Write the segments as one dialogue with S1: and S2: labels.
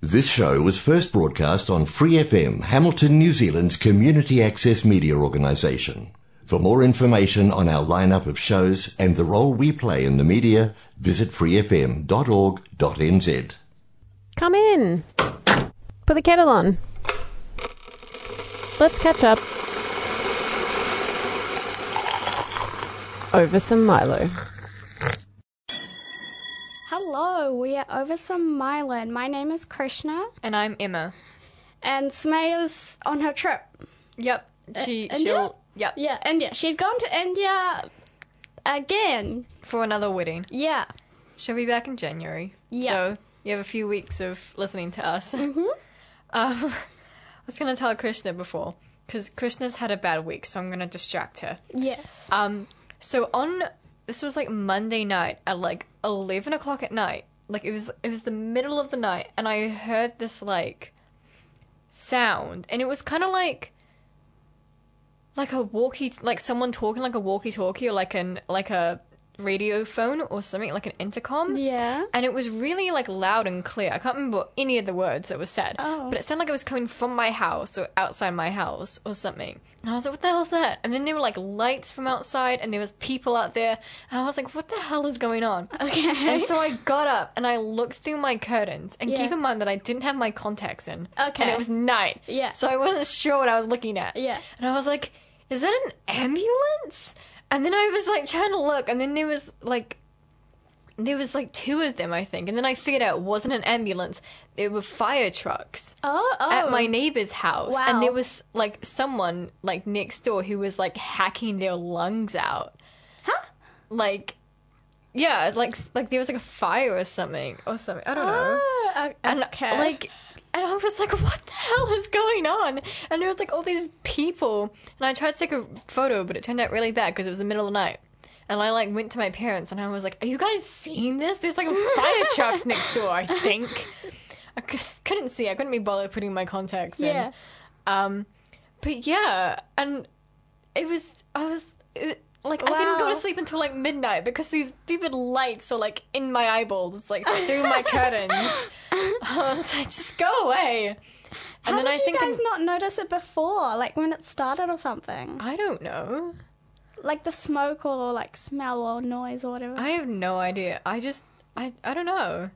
S1: This show was first broadcast on Free FM, Hamilton, New Zealand's community access media organisation. For more information on our lineup of shows and the role we play in the media, visit freefm.org.nz.
S2: Come in. Put the kettle on. Let's catch up over some Milo.
S3: Hello, we are over some Milo, and my name is Krishna,
S4: And I'm Emma.
S3: and Smay is on her trip.
S4: Yep. She
S3: India?
S4: she'll yep
S3: Yeah, India. She's gone to India again.
S4: for another wedding.
S3: Yeah.
S4: She'll be back in January.
S3: Yeah.
S4: So you have a few weeks of listening to us. Mm-hmm. Um, I was gonna tell Krishna before because Krishna's had a bad week, so I'm gonna distract her.
S3: Yes.
S4: Um, so on this was like Monday night at like eleven o'clock at night. Like it was it was the middle of the night, and I heard this like sound, and it was kind of like like a walkie, like someone talking, like a walkie-talkie, or like an like a radio phone or something, like an intercom.
S3: yeah.
S4: And it was really like loud and clear. I can't remember any of the words that were said,
S3: Oh.
S4: but it sounded like it was coming from my house or outside my house or something. And I was like, "What the hell's that?" And then there were like lights from outside, and there was people out there, and I was like, "What the hell is going on?"
S3: Okay.
S4: And so I got up and I looked through my curtains, and
S3: Yeah.
S4: keep in mind that I didn't have my contacts in. And
S3: Okay.
S4: it was night.
S3: Yeah.
S4: So I wasn't sure what I was looking at.
S3: Yeah.
S4: And I was like, "Is that an ambulance?" And then I was like trying to look, and then there was like there was like two of them, I think. And then I figured out it wasn't an ambulance; it were fire trucks
S3: oh, oh.
S4: at my neighbor's house.
S3: Wow.
S4: And there was like someone like next door who was like hacking their lungs out. Huh? Like, yeah, like like there was like a fire or something or something. I don't know.
S3: Oh, o-
S4: And
S3: okay.
S4: like. And I was like, what the hell is going on? And there was like all these people. And I tried to take a photo, but it turned out really bad because it was the middle of the night. And I like went to my parents and I was like, are you guys seeing this? There's like fire trucks next door, I think. I just couldn't see. I couldn't be bothered putting my contacts in.
S3: yeah.
S4: Um, but yeah, and it was I was it, like I didn't go
S3: Wow.
S4: to sleep until like midnight because these stupid lights are like in my eyeballs, like through my curtains. I was like, just go away.
S3: How did you
S4: in-
S3: guys not notice it before? Like when it started or something?
S4: I don't know.
S3: Like the smoke or like smell or noise or whatever.
S4: I have no idea. I just. I, I don't know.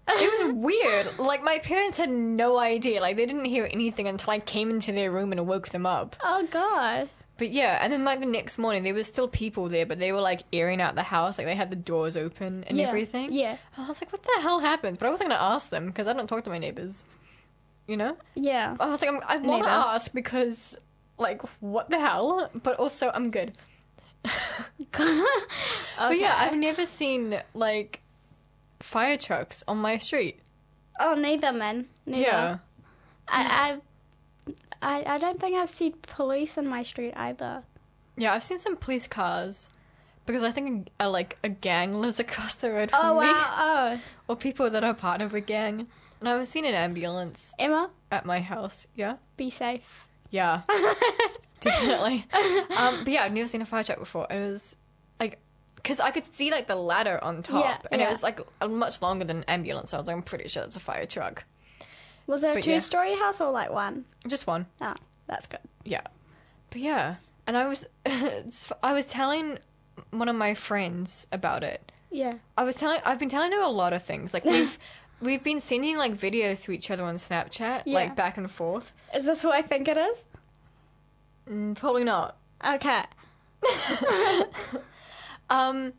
S4: It was weird. Like, my parents had no idea. Like, they didn't hear anything until I came into their room and woke them up.
S3: oh god.
S4: But yeah, and then like the next morning, there was still people there, but they were like airing out the house, like they had the doors open and
S3: Yeah,
S4: everything.
S3: yeah.
S4: I was like, what the hell happened? But I wasn't gonna ask them because I don't talk to my neighbors. You know,
S3: Yeah.
S4: I was like, I'm, I want
S3: Neither.
S4: to ask because, like, what the hell? But also, I'm good. But yeah, I've never seen like fire trucks on my street.
S3: Oh, neither man. Neither.
S4: Yeah,
S3: I, I, I, I don't think I've seen police in my street either.
S4: yeah, I've seen some police cars because I think a, like a gang lives across the road from me.
S3: Oh,
S4: or people that are part of a gang. And I was seen an ambulance
S3: Emma,
S4: at my house. Yeah,
S3: be safe.
S4: yeah, definitely. Um, but yeah, I've never seen a fire truck before. It was like because I could see like the ladder on top,
S3: Yeah,
S4: and
S3: yeah.
S4: it was like a- much longer than an ambulance. So I was like, I'm pretty sure it's a fire truck.
S3: Was it a
S4: But yeah.
S3: two-story house or like one?
S4: Just one.
S3: Oh, that's good.
S4: Yeah, but yeah, and I was I was telling one of my friends about it,
S3: Yeah.
S4: I was telling I've been telling her a lot of things. Like we've we've been sending like videos to each other on Snapchat,
S3: Yeah.
S4: like back and forth.
S3: Is this who I think it is?
S4: Mm, probably not.
S3: Okay.
S4: Um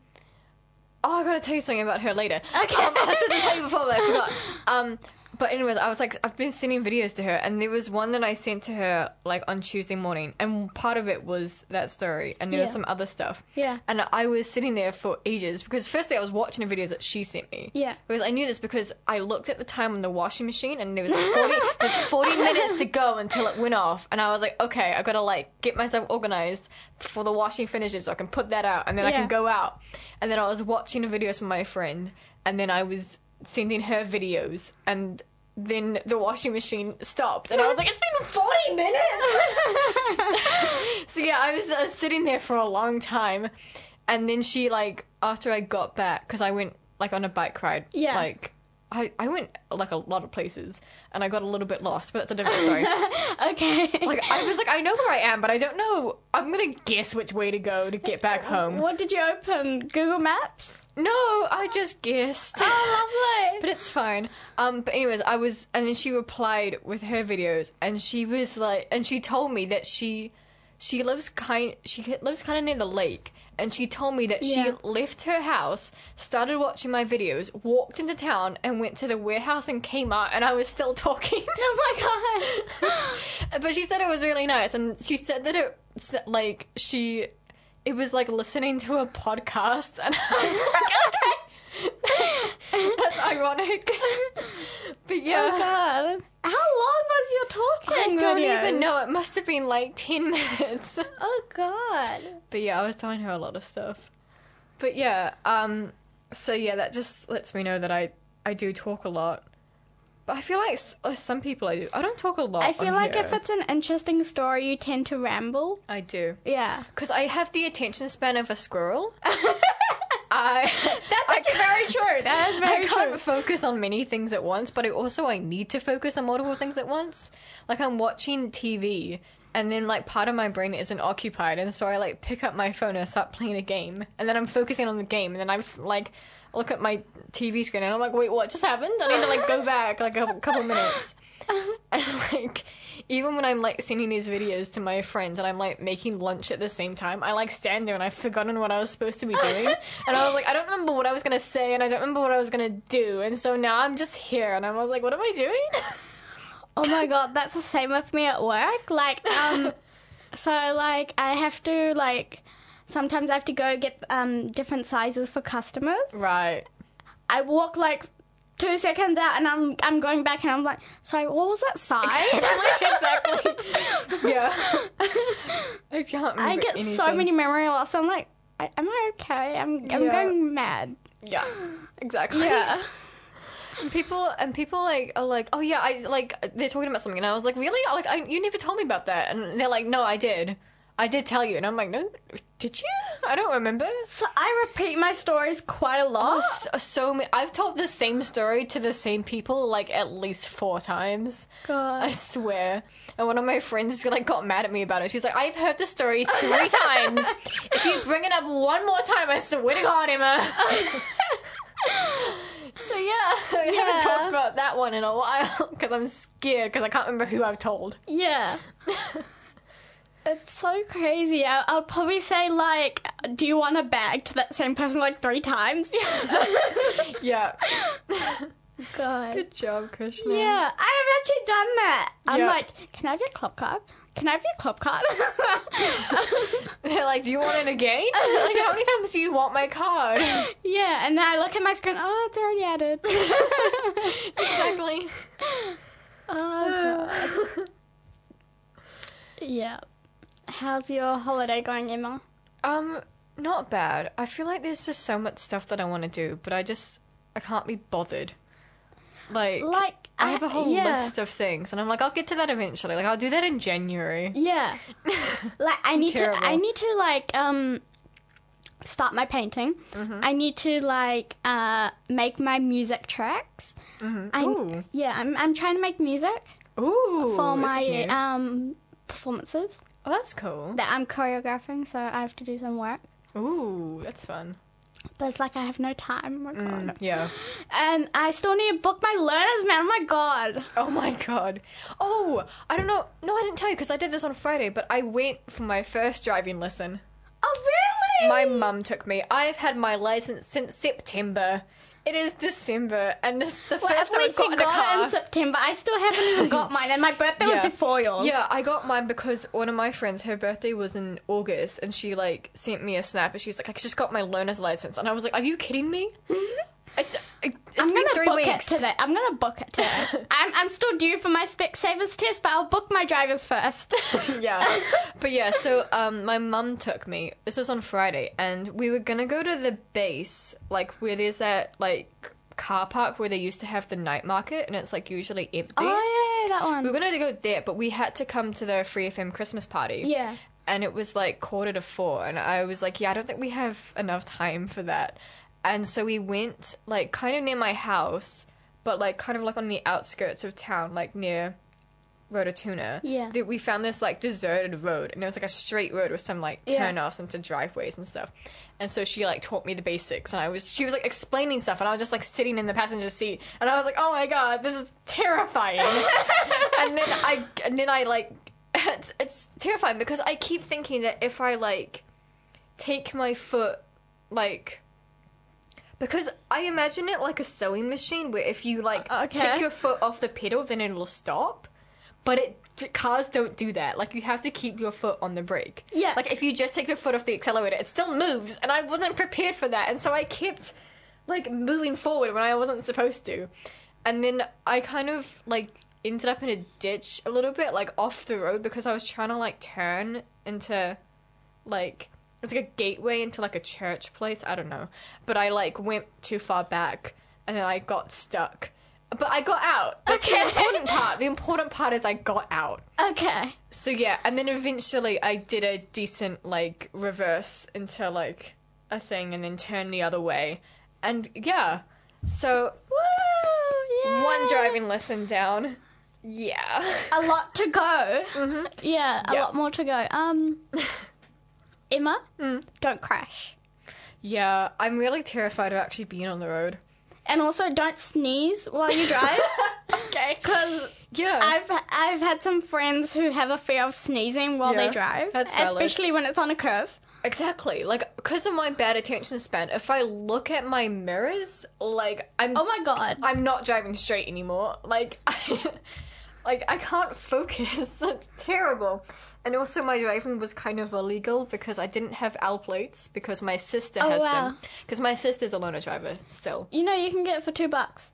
S4: Oh, I gotta tell you something about her later. Okay. Um, I was supposed to tell you before, but I forgot. Um but anyways, I was like I've been sending videos to her and there was one that I sent to her like on Tuesday morning and part of it was that story and there was
S3: Yeah.
S4: some other stuff.
S3: Yeah.
S4: And I was sitting there for ages because firstly I was watching the videos that she sent me.
S3: Yeah.
S4: Because I knew this because I looked at the time on the washing machine and there was 40, there's 40 minutes to go until it went off. And I was like, okay, I gotta like get myself organized before the washing finishes so I can put that out and then I
S3: Yeah.
S4: can go out. And then I was watching the videos from my friend and then I was sending her videos and then the washing machine stopped and I was like, it's been 40 minutes. so yeah, I was, I was sitting there for a long time. And then she like, after I got back, because I went like on a bike ride,
S3: Yeah.
S4: like I, I went like a lot of places and I got a little bit lost, but that's a different story.
S3: Okay.
S4: like I was like, I know where I am, but I don't know. I'm gonna guess which way to go to get back home.
S3: what did you open? Google Maps?
S4: No, I just guessed.
S3: Oh, lovely.
S4: but it's fine. Um, but anyways, I was, and then she replied with her videos, and she was like, and she told me that she, she lives kind, she ki- lives kind of near the lake, and she told me that she
S3: Yeah.
S4: left her house, started watching my videos, walked into town, and went to the warehouse in Kmart, and I was still talking. oh my god! but she said it was really nice, and she said that it, like, she. It was like listening to a podcast, and I was like, okay, that's ironic. but yeah.
S3: God. How long was your
S4: I
S3: talking?
S4: don't
S3: videos?
S4: even know. It must have been like 10 minutes.
S3: Oh God.
S4: but yeah, I was telling her a lot of stuff. But yeah, um so yeah, that just lets me know that I I do talk a lot. But I feel like s- uh, some people I do. I don't talk a lot.
S3: I feel
S4: on
S3: like
S4: here.
S3: if it's an interesting story, you tend to ramble.
S4: I do.
S3: Yeah.
S4: Cuz I have the attention span of a squirrel. I
S3: That's actually very true. That is
S4: I can't focus on many things at once, but I also I need to focus on multiple things at once. Like I'm watching TV and then like part of my brain isn't occupied and so I like pick up my phone and start playing a game and then I'm focusing on the game and then I'm like look at my TV screen and I'm like wait what just happened? I need to like go back like a couple minutes. And like, even when I'm like sending these videos to my friends and I'm like making lunch at the same time, I like stand there and I've forgotten what I was supposed to be doing. and I was like, I don't remember what I was gonna say and I don't remember what I was gonna do. And so now I'm just here and I was like, what am I doing?
S3: Oh my god, that's the same with me at work. Like, um, so like I have to like sometimes I have to go get um different sizes for customers.
S4: right.
S3: I walk like two seconds out and I'm I'm going back and I'm like, sorry, what was that size?
S4: exactly. Yeah. I can't.
S3: I
S4: remember
S3: get so
S4: anything.
S3: many memory loss. I'm like, I, am I okay? I'm I'm
S4: Yeah.
S3: going mad.
S4: Yeah, exactly. Yeah. And people and people like are like, oh yeah, I like they're talking about something, and I was like, really? I- Like I, you never told me about that, and they're like, no, I did, I did tell you, and I'm like, no, did you? I don't remember.
S3: So I repeat my stories quite a lot.
S4: Oh, so, so ma- I've told the same story to the same people like at least four times.
S3: God.
S4: I swear. And one of my friends like got mad at me about it. She's like, I've heard the story three times. If you bring it up one more time, I swear to God, Emma. so yeah, I haven't talked about that one in a while because I'm scared because I can't remember who I've told.
S3: Yeah. it's so crazy. I, I'll probably say like, "Do you want a bag?" to that same person like three times.
S4: Yeah.
S3: God.
S4: Good job, Krishna.
S3: Yeah, I have actually done that. I'm
S4: Yeah.
S3: like, "Can I have your club card?" Can I have your club card?
S4: They're like, do you want it again? like, how many times do you want my card?
S3: yeah, and then I look at my screen. Oh, it's already added.
S4: exactly.
S3: oh god. yeah. How's your holiday going, Emma?
S4: Um, not bad. I feel like there's just so much stuff that I want to do, but I just I can't be bothered. Like,
S3: Like
S4: I have a whole
S3: yeah.
S4: list of things, and I'm like, I'll get to that eventually. Like, I'll do that in January.
S3: Yeah. like I need to I
S4: Terrible.
S3: need to like um start my painting.
S4: Mm-hmm.
S3: I need to like uh make my music tracks. I
S4: Mm-hmm. Ooh.
S3: yeah, I'm I'm trying to make music
S4: Ooh,
S3: for
S4: it's
S3: my
S4: new.
S3: um performances
S4: oh, that's cool.
S3: that I'm choreographing, so I have to do some work.
S4: Ooh, that's fun.
S3: But it's like I have no time.
S4: Mm.
S3: Oh my god.
S4: Yeah.
S3: And I still need to book my learners, man. Oh my god.
S4: Oh my god. Oh, I don't know. No, I didn't tell you because I did this on Friday, but I went for my first driving lesson.
S3: Oh really?
S4: My mum took me. I've had my license since September. It is December, and this the
S3: well, at
S4: first time I've
S3: least you
S4: gotten a
S3: got it
S4: car.
S3: in September. I still haven't even got mine, and my birthday was before yours.
S4: Yeah, I got mine because one of my friends, her birthday was in August, and she like sent me a snap, and she's like, "I just got my learner's license," and I was like, "Are you kidding me?" I, I, it's
S3: I'm
S4: been
S3: gonna
S4: three
S3: book
S4: weeks.
S3: it today. I'm gonna book it today. I'm, I'm still due for my Specsavers test, but I'll book my drivers first.
S4: yeah. But yeah, so um, my mum took me. This was on Friday, and we were gonna go to the base, like where there's that like car park where they used to have the night market, and it's like usually empty.
S3: oh yeah, that
S4: We
S3: one.
S4: were gonna go there, but we had to come to the Free FM Christmas party.
S3: Yeah.
S4: And it was like quarter to four, and I was like, yeah, I don't think we have enough time for that. And so we went like kind of near my house, but like kind of like on the outskirts of town, like near Rototuna.
S3: Yeah.
S4: That we found this like deserted road, and it was like a straight road with some like
S3: Yeah.
S4: turnoffs and some driveways and stuff. And so she like taught me the basics, and I was she was like explaining stuff, and I was just like sitting in the passenger seat, and I was like, oh my god, this is terrifying. and then I and then I like it's, it's terrifying because I keep thinking that if I like take my foot like because I imagine it like a sewing machine where if you like
S3: Uh, okay.
S4: take your foot off the pedal then it'll stop. But it cars don't do that. Like you have to keep your foot on the brake.
S3: Yeah.
S4: Like if you just take your foot off the accelerator, it still moves and I wasn't prepared for that. And so I kept like moving forward when I wasn't supposed to. And then I kind of like ended up in a ditch a little bit, like off the road because I was trying to like turn into like it's like a gateway into like a church place. I don't know. But I like went too far back and then I got stuck. But I got out. That's
S3: Okay.
S4: the important part. The important part is I got out.
S3: Okay.
S4: So yeah, and then eventually I did a decent like reverse into like a thing and then turned the other way. And yeah. So
S3: Woo! Oh, Yeah.
S4: one driving lesson down. Yeah.
S3: A lot to go. Mm-hmm. Yeah, a
S4: Yeah.
S3: lot more to go. Um, Emma, don't crash,
S4: Yeah, I'm really terrified of actually being on the road.
S3: and also don't sneeze while you drive.
S4: Okay.
S3: Because
S4: Yeah.
S3: I've I've had some friends who have a fear of sneezing while
S4: Yeah,
S3: they drive,
S4: that's valid.
S3: especially when it's on a curve.
S4: Exactly. Like, because of my bad attention span, if I look at my mirrors, like, I'm.
S3: Oh my god!
S4: I'm not driving straight anymore. Like, I, like I can't focus. That's terrible. And also, my driving was kind of illegal because I didn't have L plates because my sister has
S3: Oh, wow.
S4: them. Because my sister's a loner driver still.
S3: You know you can get it for two bucks.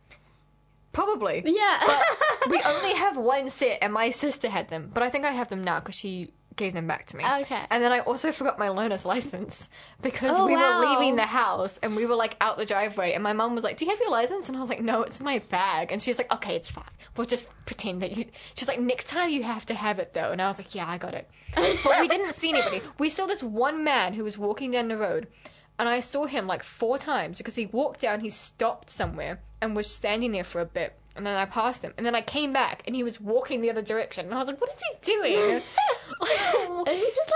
S4: Probably.
S3: Yeah.
S4: we only have one set, and my sister had them, but I think I have them now because she gave them back to me.
S3: Okay.
S4: And then I also forgot my learner's license because
S3: Oh,
S4: we were
S3: wow.
S4: leaving the house and we were like out the driveway, and my mom was like, "Do you have your license?" And I was like, "No, it's in my bag." And she's like, "Okay, it's fine. We'll just pretend that you." She's like, "Next time you have to have it though," and I was like, "Yeah, I got it." but we didn't see anybody. We saw this one man who was walking down the road. And I saw him like four times because he walked down, he stopped somewhere and was standing there for a bit. And then I passed him. And then I came back and he was walking the other direction. And I was like, what is he doing? like,
S3: Is it just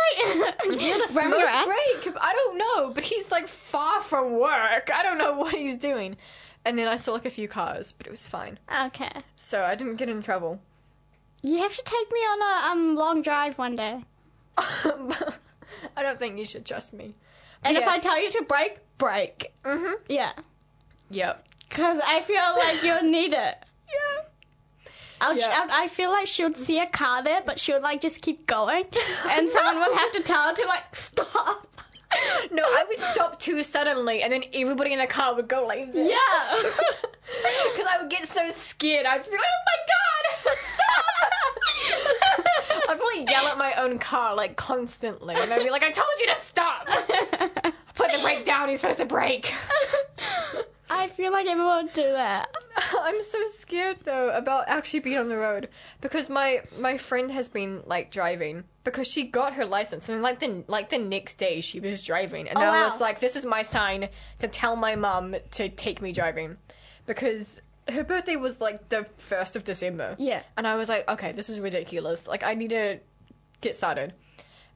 S3: like
S4: he on a smoke
S3: Run around?
S4: break? I don't know. But he's like far from work. I don't know what he's doing. And then I saw like a few cars, but it was fine.
S3: Okay.
S4: So I didn't get in trouble.
S3: You have to take me on a um long drive one day.
S4: I don't think you should trust me.
S3: And if
S4: Yeah.
S3: I tell you to break, break.
S4: Mm-hmm.
S3: Yeah.
S4: Yep.
S3: Because I feel like you'll need it.
S4: Yeah.
S3: I'll,
S4: Yeah.
S3: I'll- I feel like she would see a car there, but she would like just keep going. And someone would have to tell her to like stop.
S4: No, I would stop too suddenly, and then everybody in the car would go like this.
S3: Yeah.
S4: Because I would get so scared. I'd just be like, oh my god, stop! I'd probably yell at my own car, like, constantly. And I'd be like, I told you to stop! Put the brake down, you're supposed to brake.
S3: I feel like everyone would do that.
S4: I'm so scared though about actually being on the road because my my friend has been like driving because she got her license and like the like the next day she was driving and
S3: Oh,
S4: I
S3: wow.
S4: was like this is my sign to tell my mum to take me driving because her birthday was like the 1st of December.
S3: Yeah.
S4: And I was like okay this is ridiculous like I need to get started.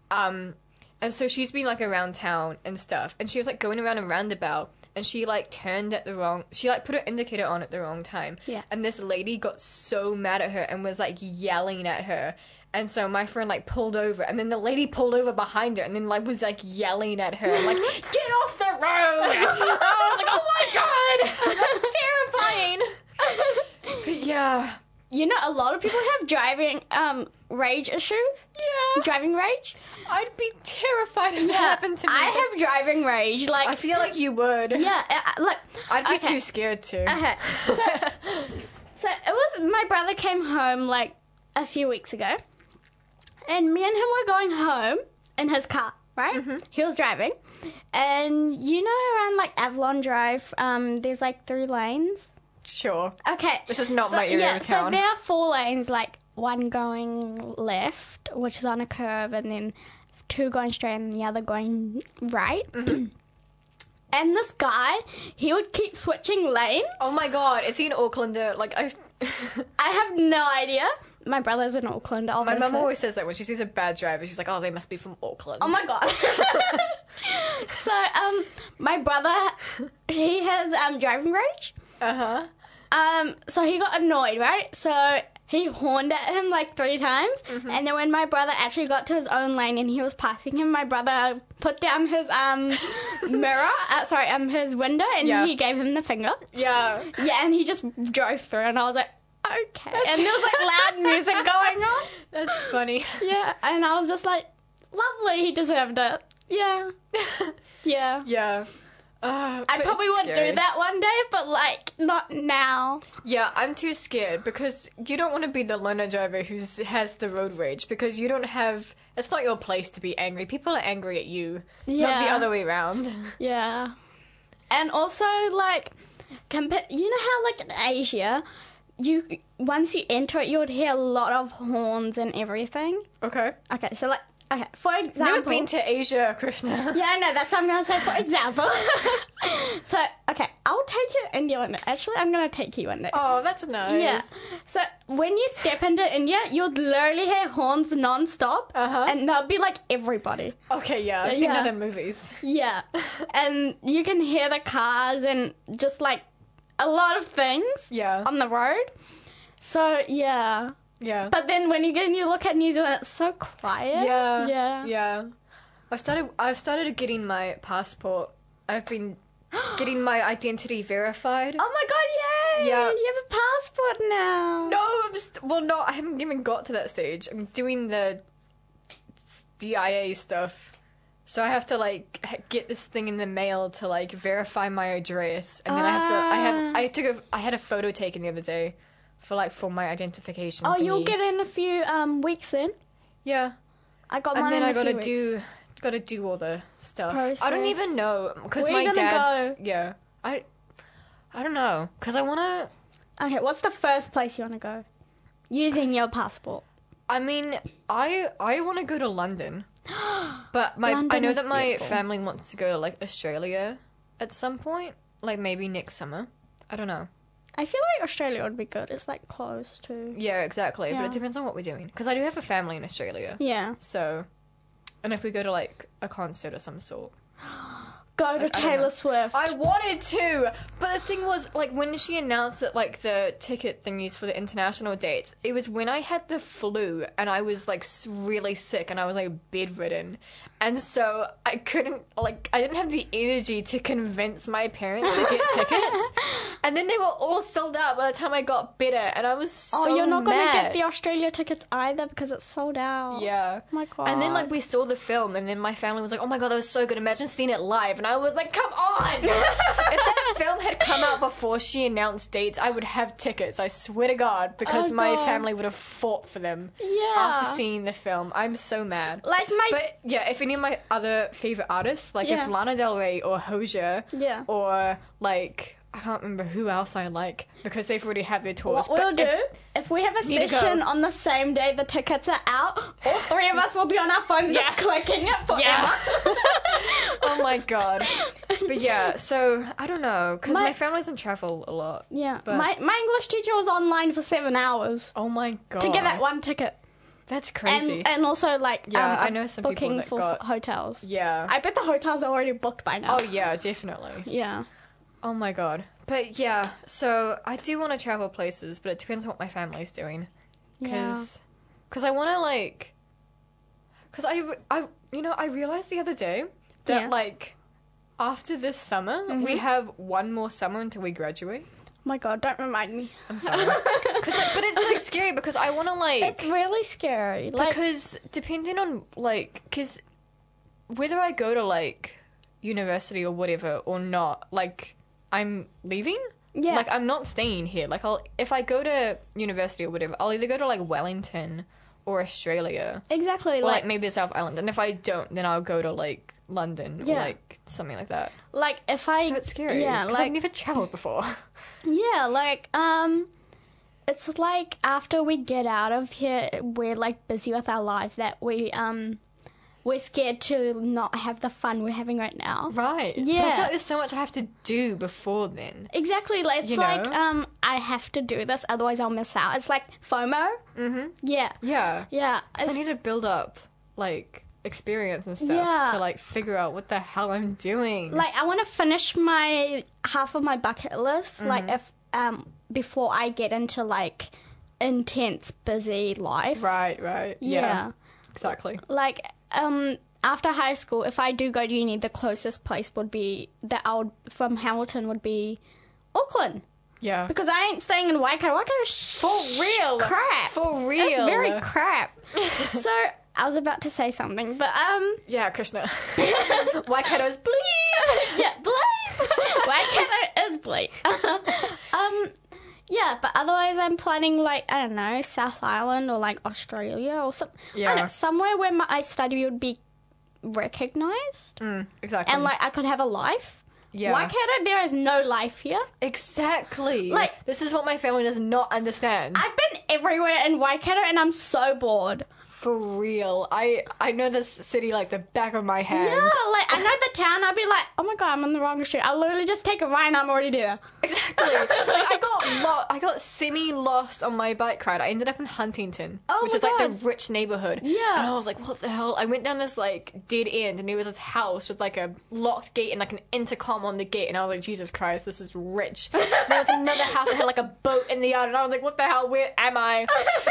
S4: Um, and so she's been like around town and stuff, and she was like going around a roundabout, and she like turned at the wrong. She like put her indicator on at the wrong time.
S3: Yeah.
S4: And this lady got so mad at her and was like yelling at her. And so my friend like pulled over, and then the lady pulled over behind her, and then like was like yelling at her, like "Get off the road!" And I was like, "Oh my god, that's terrifying." But yeah,
S3: You know, a lot of people have driving um rage issues.
S4: yeah,
S3: Driving rage.
S4: I'd be terrified if that happened to me.
S3: I have driving rage. Like
S4: I feel like you would.
S3: yeah, I, I- like
S4: I'd be
S3: okay. Uh,
S4: too scared to.
S3: Okay. So, so it was my brother came home like a few weeks ago, and me and him were going home in his car. Right,
S4: Mm-hmm.
S3: he was driving, and you know around like Avalon Drive, um, there's like three lanes.
S4: Sure.
S3: Okay,
S4: This is not
S3: so,
S4: my area
S3: yeah,
S4: of
S3: So
S4: town.
S3: there are four lanes, like one going left, which is on a
S4: Mm-hmm.
S3: curve, and then two going straight, and the other going right. And this guy, he would keep switching lanes.
S4: Oh my god, is he an Aucklander? Like I,
S3: I have no idea. My brother's in Auckland.
S4: my
S3: obviously.
S4: mum always says that when she sees a bad driver, she's like, oh, they must be from Auckland.
S3: Oh my god. so um, my brother, he has um driving rage.
S4: Uh huh.
S3: Um, so he got annoyed, right? So he horned at him like three times,
S4: Mm-hmm.
S3: and then when my brother actually got to his own lane and he was passing him, my brother put down his um mirror, uh, sorry, um his window, and
S4: Yeah.
S3: he gave him the finger.
S4: Yeah.
S3: Yeah, and he just drove through, and I was like, okay. and there was like loud music going on.
S4: That's funny.
S3: Yeah, and I was just like, lovely, he deserved it. Yeah, yeah.
S4: yeah. Uh,
S3: I probably would do that one day, but like not now.
S4: Yeah, I'm too scared because you don't want to be the loner driver who has the road rage because you don't have. It's not your place to be angry. People are angry at you, not the
S3: Yeah.
S4: other way around.
S3: Yeah. And also, like, compa- you know how, like, in Asia, you once you enter it, you would hear a lot of horns and everything.
S4: Okay.
S3: Okay, so, like, okay, for
S4: I've
S3: example.
S4: never been to Asia, Krishna.
S3: yeah, I know, that's what I'm gonna say, for example. so, okay, I'll take you to India one day. Actually, I'm gonna take you one day.
S4: Oh, that's nice.
S3: Yeah. So when you step into India, you'd literally hear horns non-stop,
S4: Uh-huh.
S3: and they'll be like everybody.
S4: Okay, yeah, I've seen
S3: Yeah.
S4: that in movies.
S3: Yeah. and you can hear the cars and just like a lot of things
S4: Yeah.
S3: on the road. So, yeah.
S4: Yeah.
S3: But then when you get and you look at New Zealand, it's so quiet.
S4: yeah.
S3: Yeah.
S4: Yeah. I've started I've started getting my passport. I've been getting my identity verified.
S3: Oh my god, yay!
S4: Yeah.
S3: You have a passport now.
S4: No, I'm st- well, no, I haven't even got to that stage. I'm doing the DIA stuff, so I have to like h- get this thing in the mail to like verify my address, and then I have to. I have.
S3: Ah.
S4: I took. A, I had a photo taken the other day for like for my identification.
S3: Oh, you'll
S4: thingy.
S3: get in a few um, weeks then.
S4: Yeah,
S3: I got
S4: and
S3: mine
S4: then
S3: in
S4: I
S3: a
S4: gotta
S3: few weeks.
S4: do. Gotta do all the stuff. I don't
S3: Process.
S4: even know because
S3: Where you
S4: my
S3: gonna
S4: dad's.
S3: go?
S4: Yeah, I. I don't know because I wanna.
S3: Okay, what's the first place you want to go? Using your passport.
S4: I mean, I I want to go to London, but my I
S3: London
S4: know
S3: is
S4: that my
S3: beautiful.
S4: family wants to go to like Australia at some point, like maybe next summer. I don't know.
S3: I feel like Australia would be good. It's like close to.
S4: Yeah, exactly. But
S3: Yeah.
S4: it depends on what we're doing because I do have a family in Australia,
S3: Yeah.
S4: so and if we go to like a concert of some sort.
S3: Go to
S4: I don't know.
S3: Taylor Swift.
S4: I wanted to, but the thing was, like, when she announced that, like, the ticket thingies for the international dates, it was when I had the flu and I was like s- really sick and I was like bedridden, and so I couldn't, like, I didn't have the energy to convince my parents to get tickets, and then they were all sold out by the time I got better, and I was so
S3: Oh, you're not going to
S4: mad.
S3: get the Australia tickets either because it's sold out. Oh
S4: Yeah.
S3: my
S4: And then like
S3: God.
S4: we saw the film and then my family was like, "Oh my god, that was so good. Imagine seeing it live." And I was like, "Come on." if that film had come out before she announced dates, I would have tickets. I swear to god because
S3: Oh,
S4: my
S3: God.
S4: family would have fought for them
S3: Yeah.
S4: after seeing the film. I'm so mad.
S3: Like my.
S4: But yeah, if any of my other favorite artists, like
S3: Yeah.
S4: if Lana Del Rey or Hozier
S3: Yeah.
S4: or like I can't remember who else I like because they've already had their tours.
S3: what we'll
S4: but
S3: do,
S4: if-
S3: if we have a
S4: Need to go.
S3: session on the same day the tickets are out, all three of us will be on our phones
S4: Yeah.
S3: just clicking it forever.
S4: oh my god. But yeah, so I don't know because my, family doesn't travel a lot.
S3: Yeah.
S4: But-
S3: my, my English teacher was online for seven hours
S4: Oh my god.
S3: to get that one ticket.
S4: That's
S3: And,
S4: crazy.
S3: and also, like,
S4: Yeah,
S3: um,
S4: I know some people
S3: booking
S4: that
S3: for
S4: got-
S3: hotels.
S4: yeah.
S3: I bet the hotels are already booked by now.
S4: oh yeah, definitely.
S3: yeah.
S4: Oh my god. But yeah, so I do want to travel places, but it depends on what my family's doing. Because I want to like. Because I, re- I, you know, I realized the other day that
S3: Yeah.
S4: like after this summer we have one more summer until we graduate.
S3: Oh my god, don't remind me.
S4: I'm sorry. 'Cause, like, but it's like scary because I want to like.
S3: It's really scary. Like,
S4: because depending on like because whether i go to like university or whatever or not like i'm leaving
S3: Yeah.
S4: like i'm not staying here like i'll if i go to university or whatever i'll either go to like wellington or australia
S3: exactly.
S4: or
S3: Like,
S4: like maybe south island and if i don't then i'll go to like london or
S3: Yeah.
S4: like something like that
S3: like if I
S4: so it's scary
S3: Yeah,
S4: 'cause i've
S3: like
S4: never traveled before
S3: yeah, like um, it's like after we get out of here, we're like busy with our lives that we um, we're scared to not have the fun we're having right now.
S4: Right. But I
S3: Yeah.
S4: feel like there's so much I have to do before then.
S3: Exactly. Like, it's
S4: You
S3: like
S4: know?
S3: um, I have to do this, otherwise I'll miss out. It's like FOMO. Mm-hmm. Yeah.
S4: Yeah.
S3: Yeah.
S4: I
S3: It's,
S4: need to build up like experience and stuff
S3: Yeah.
S4: to like figure out what the hell I'm doing.
S3: like I want to finish my half of my bucket list.
S4: Mm-hmm.
S3: Like if um, before I get into like intense busy life.
S4: right, right. Yeah.
S3: Yeah.
S4: Exactly.
S3: like um after high school if i do go to uni the closest place would be that i would from hamilton would be auckland
S4: Yeah.
S3: because i ain't staying in waikato waikato for
S4: real.
S3: crap
S4: For real.
S3: it's very crap so i was about to say something but um
S4: Yeah, Krishna. Waikato's bleep.
S3: yeah bleep waikato is bleep um yeah, but otherwise I'm planning like I don't know South Island or like Australia or some I don't
S4: Yeah.
S3: know, somewhere where my I study would be recognized.
S4: Exactly.
S3: and like I could have a life.
S4: Mm-hmm. Yeah.
S3: Why can't I? There is no life here.
S4: exactly.
S3: like-
S4: this is what my family does not understand.
S3: I've been everywhere in Waikato and I'm so bored.
S4: For real. I I know this city like the back of my hand.
S3: Yeah, like I know the town. I'd be like, oh my god, I'm on the wrong street. I'll literally just take a ride and I'm already there.
S4: Exactly. like I got lo- I got semi lost on my bike ride. I ended up in Huntington,
S3: Oh
S4: which
S3: my
S4: is like
S3: God.
S4: the rich neighborhood.
S3: Yeah.
S4: And I was like, what the hell? I went down this like dead end, and it was this house with like a locked gate and like an intercom on the gate, and I was like, Jesus Christ, this is rich. And there was another house that had like a boat in the yard, and I was like, what the hell? Where am I?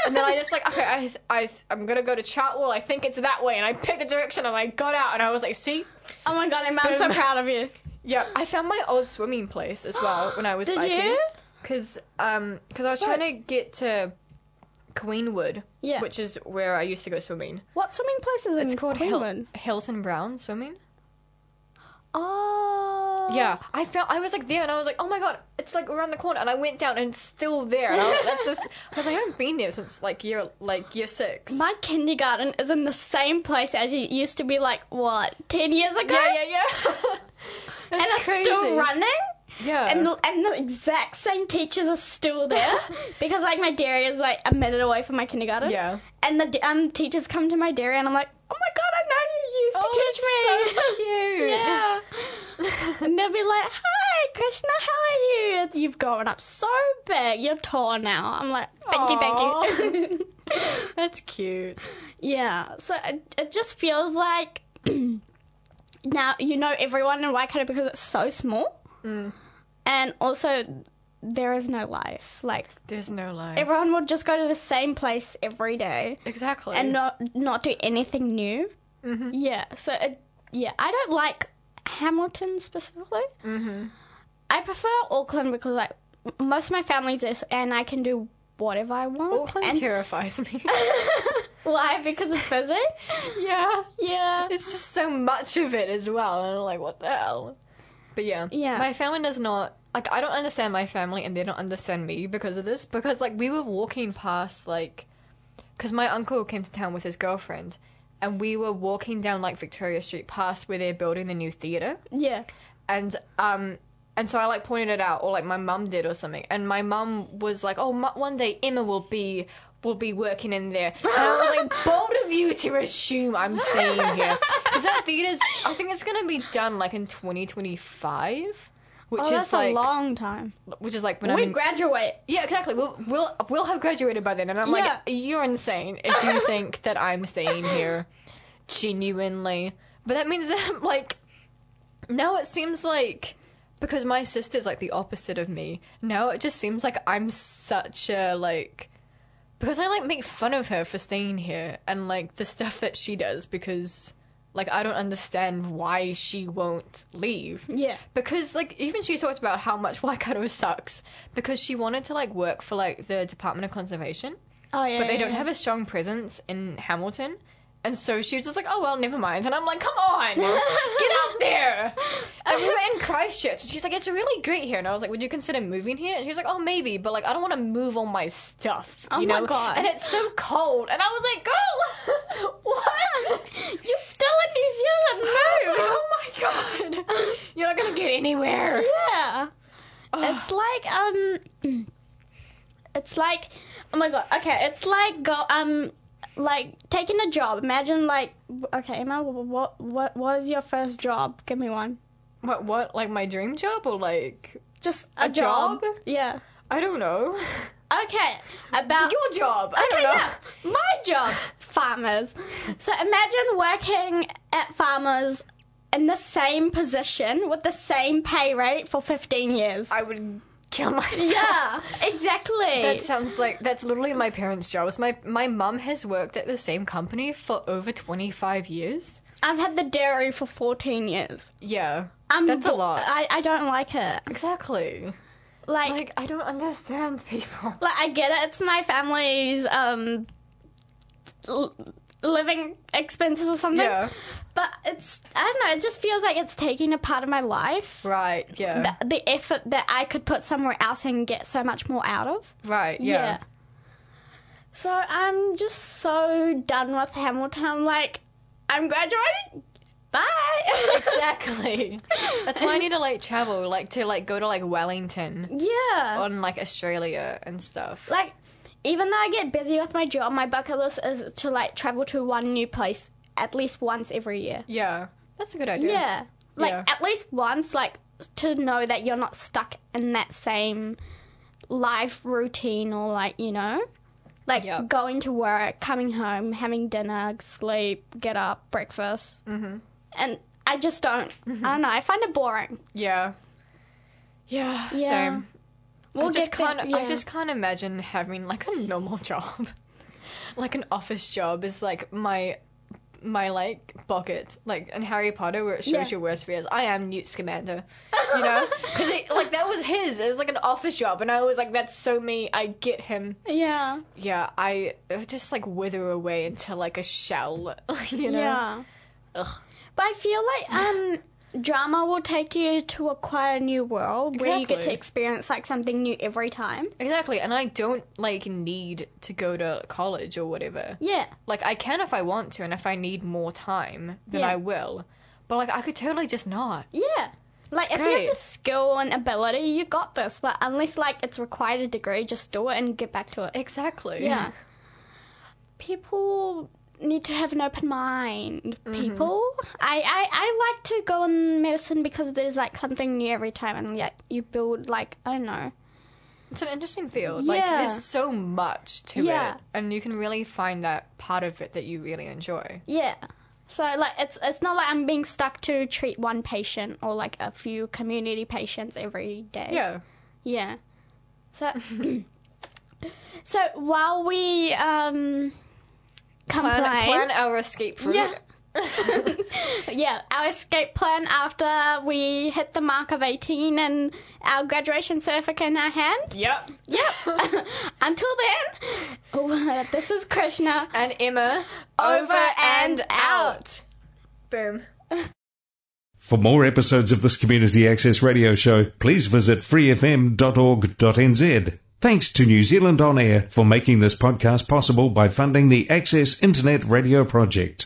S4: And then I just like, okay, I I I'm gonna go to Chartwell. I think it's that way, and I picked a direction, and I got out, and I was like, see.
S3: Oh my god, Emma, I'm so proud of you.
S4: Yeah, I found my old swimming place as well when I was
S3: Did
S4: biking.
S3: you?
S4: Because um, cause I was trying to get to Queenwood,
S3: Yeah.
S4: which is where I used to go swimming.
S3: What swimming place is it?
S4: It's
S3: in
S4: called Hil-
S3: Mm, Queenwood?
S4: Hilton Brown Swimming.
S3: Oh.
S4: Yeah, I found I was like there, and I was like, oh my god, it's like around the corner, and I went down, and it's still there. And I was, that's just, I was like, I haven't been there since like year like year six.
S3: My kindergarten is in the same place as it used to be. Like what, ten years ago?
S4: yeah, yeah, yeah.
S3: and
S4: That's
S3: it's still running.
S4: Yeah,
S3: and the, and the exact same teachers are still there because like my dairy is like a minute away from my kindergarten.
S4: Yeah.
S3: And the d- um, teachers come to my dairy and I'm like, oh my god, I know you used
S4: Oh,
S3: to teach me.
S4: me.
S3: yeah. and they'll be like, hi, Krishna, how are you? You've grown up so big. You're tall now. I'm like, thank you, thank you.
S4: That's cute.
S3: Yeah, so it, it just feels like now you know everyone in Waikato because it's so small, and also there is no life. Like
S4: There's no life.
S3: everyone would just go to the same place every day
S4: exactly.
S3: and not not do anything new. Mm-hmm. Yeah, so it, yeah, I don't like Hamilton specifically. Mm-hmm. I prefer Auckland because like m- most of my family's there, so- and I can do whatever I want.
S4: Auckland
S3: and
S4: terrifies me.
S3: why? Because it's busy.
S4: yeah.
S3: yeah.
S4: It's just so much of it as well. And I'm like, what the hell? But yeah.
S3: Yeah.
S4: My family does not like I don't understand my family and they don't understand me because of this. Because like we were walking past like because my uncle came to town with his girlfriend and we were walking down like Victoria Street past where they're building the new theatre
S3: Yeah.
S4: and um and so I like pointed it out or like my mum did or something and my mum was like oh mu- one day Emma will be will be working in there and I was like bold of you to assume I'm staying here because that theatre's I think it's gonna be done like in 2025 which
S3: Oh,
S4: is
S3: that's
S4: like
S3: a long time.
S4: which is like when
S3: we
S4: I'm in-
S3: graduate.
S4: yeah exactly we'll, we'll we'll have graduated by then and I'm
S3: Yeah.
S4: like you're insane if you think that I'm staying here genuinely but that means that I'm like now it seems like because my sister's like the opposite of me now it just seems like i'm such a like because i like make fun of her for staying here and like the stuff that she does because like i don't understand why she won't leave
S3: Yeah.
S4: because like even she talked about how much waikato sucks because she wanted to like work for like the department of conservation
S3: Oh yeah.
S4: but they don't have a strong presence in Hamilton. And so she was just like, oh, well, never mind. And I'm like, come on, get out there. And we were in Christchurch. And she's like, it's really great here. And I was like, would you consider moving here? And she's like, oh, maybe. But like, I don't want to move all my stuff.
S3: Oh
S4: you
S3: my
S4: know?
S3: God.
S4: And it's so cold. And I was like, girl, what?
S3: You're still in New Zealand.
S4: I
S3: No.
S4: was like, oh my God. You're not going to get anywhere.
S3: yeah. It's like um, it's like oh my god. Okay, it's like go um like taking a job. Imagine like w- okay, Emma, wh- what what what is your first job? Give me one.
S4: What? What? Like my dream job or like
S3: Just a,
S4: A job?
S3: Yeah.
S4: I don't know.
S3: Okay. About
S4: Your job. I
S3: okay,
S4: don't know.
S3: yeah, my job, farmers. So imagine working at farmers in the same position with the same pay rate for 15 years.
S4: I would kill myself.
S3: Yeah, exactly.
S4: That sounds like that's literally my parents' jobs. My my mum has worked at the same company for over twenty five years.
S3: I've had the dairy for 14 years.
S4: Yeah,
S3: I'm
S4: that's a
S3: bo-
S4: lot.
S3: I, I don't like it.
S4: exactly.
S3: Like, like,
S4: Like I don't understand people.
S3: I get it. It's my family's um l- living expenses or something.
S4: Yeah.
S3: But it's I don't know. It just feels like it's taking a part of my life.
S4: Right. Yeah.
S3: the, the effort that I could put somewhere else and get so much more out of.
S4: right. Yeah.
S3: So I'm just so done with Hamilton. I'm like, I'm graduating. Bye.
S4: Exactly. That's why I need to like travel, like to like go to like Wellington
S3: yeah.
S4: on like Australia and stuff.
S3: Like, even though I get busy with my job, my bucket list is to like travel to one new place at least once every year.
S4: Yeah, that's a good idea.
S3: Yeah. Like
S4: Yeah.
S3: at least once, like to know that you're not stuck in that same life routine or like, you know? Like
S4: Yep.
S3: going to work, coming home, having dinner, sleep, get up, breakfast. Mm-hmm. And I just don't,
S4: Mm-hmm.
S3: I don't know, I find it boring.
S4: Yeah. Yeah.
S3: Yeah.
S4: Same.
S3: We'll
S4: I just
S3: get there-
S4: can't. I
S3: yeah.
S4: just can't imagine having like a normal job, like an office job is like my my like bucket, like in Harry Potter where it shows
S3: Yeah.
S4: your worst fears. I am Newt Scamander, you know, because like that was his. It was like an office job, and I was like, that's so me. I get him.
S3: Yeah.
S4: Yeah, I it would just like wither away into like a shell, you know.
S3: Yeah.
S4: Ugh.
S3: But I feel like um drama will take you to a quite a new world where you get to
S4: Exactly.
S3: experience like something new every time.
S4: Exactly, and I don't like need to go to college or whatever.
S3: Yeah.
S4: Like I can if I want to, and if I need more time, then
S3: Yeah.
S4: I will. But like I could totally just not.
S3: Yeah. Like if you
S4: great.
S3: have the skill and ability, you got this. But unless like it's required a degree, just do it and get back to it.
S4: Exactly.
S3: Yeah. People need to have an open mind.
S4: Mm-hmm.
S3: People, I, I I like to go in medicine because there's like something new every time, and yet you build like I don't know.
S4: It's an interesting field.
S3: Yeah.
S4: Like there's so much to
S3: Yeah.
S4: it. And you can really find that part of it that you really enjoy.
S3: Yeah. So like it's it's not like I'm being stuck to treat one patient or like a few community patients every day.
S4: Yeah.
S3: Yeah. So So while we um
S4: Plan,
S3: complain
S4: plan our escape route.
S3: Yeah. yeah, our escape plan after we hit the mark of 18 and our graduation certificate in our hand.
S4: Yep.
S3: Yep. Until then, oh, this is Krishna.
S4: And Emma,
S3: Over
S4: over,
S3: and
S4: and out. Boom.
S5: For more episodes of this Community Access Radio show, please visit freefm.org.nz. Thanks to New Zealand On Air for making this podcast possible by funding the Access Internet Radio Project.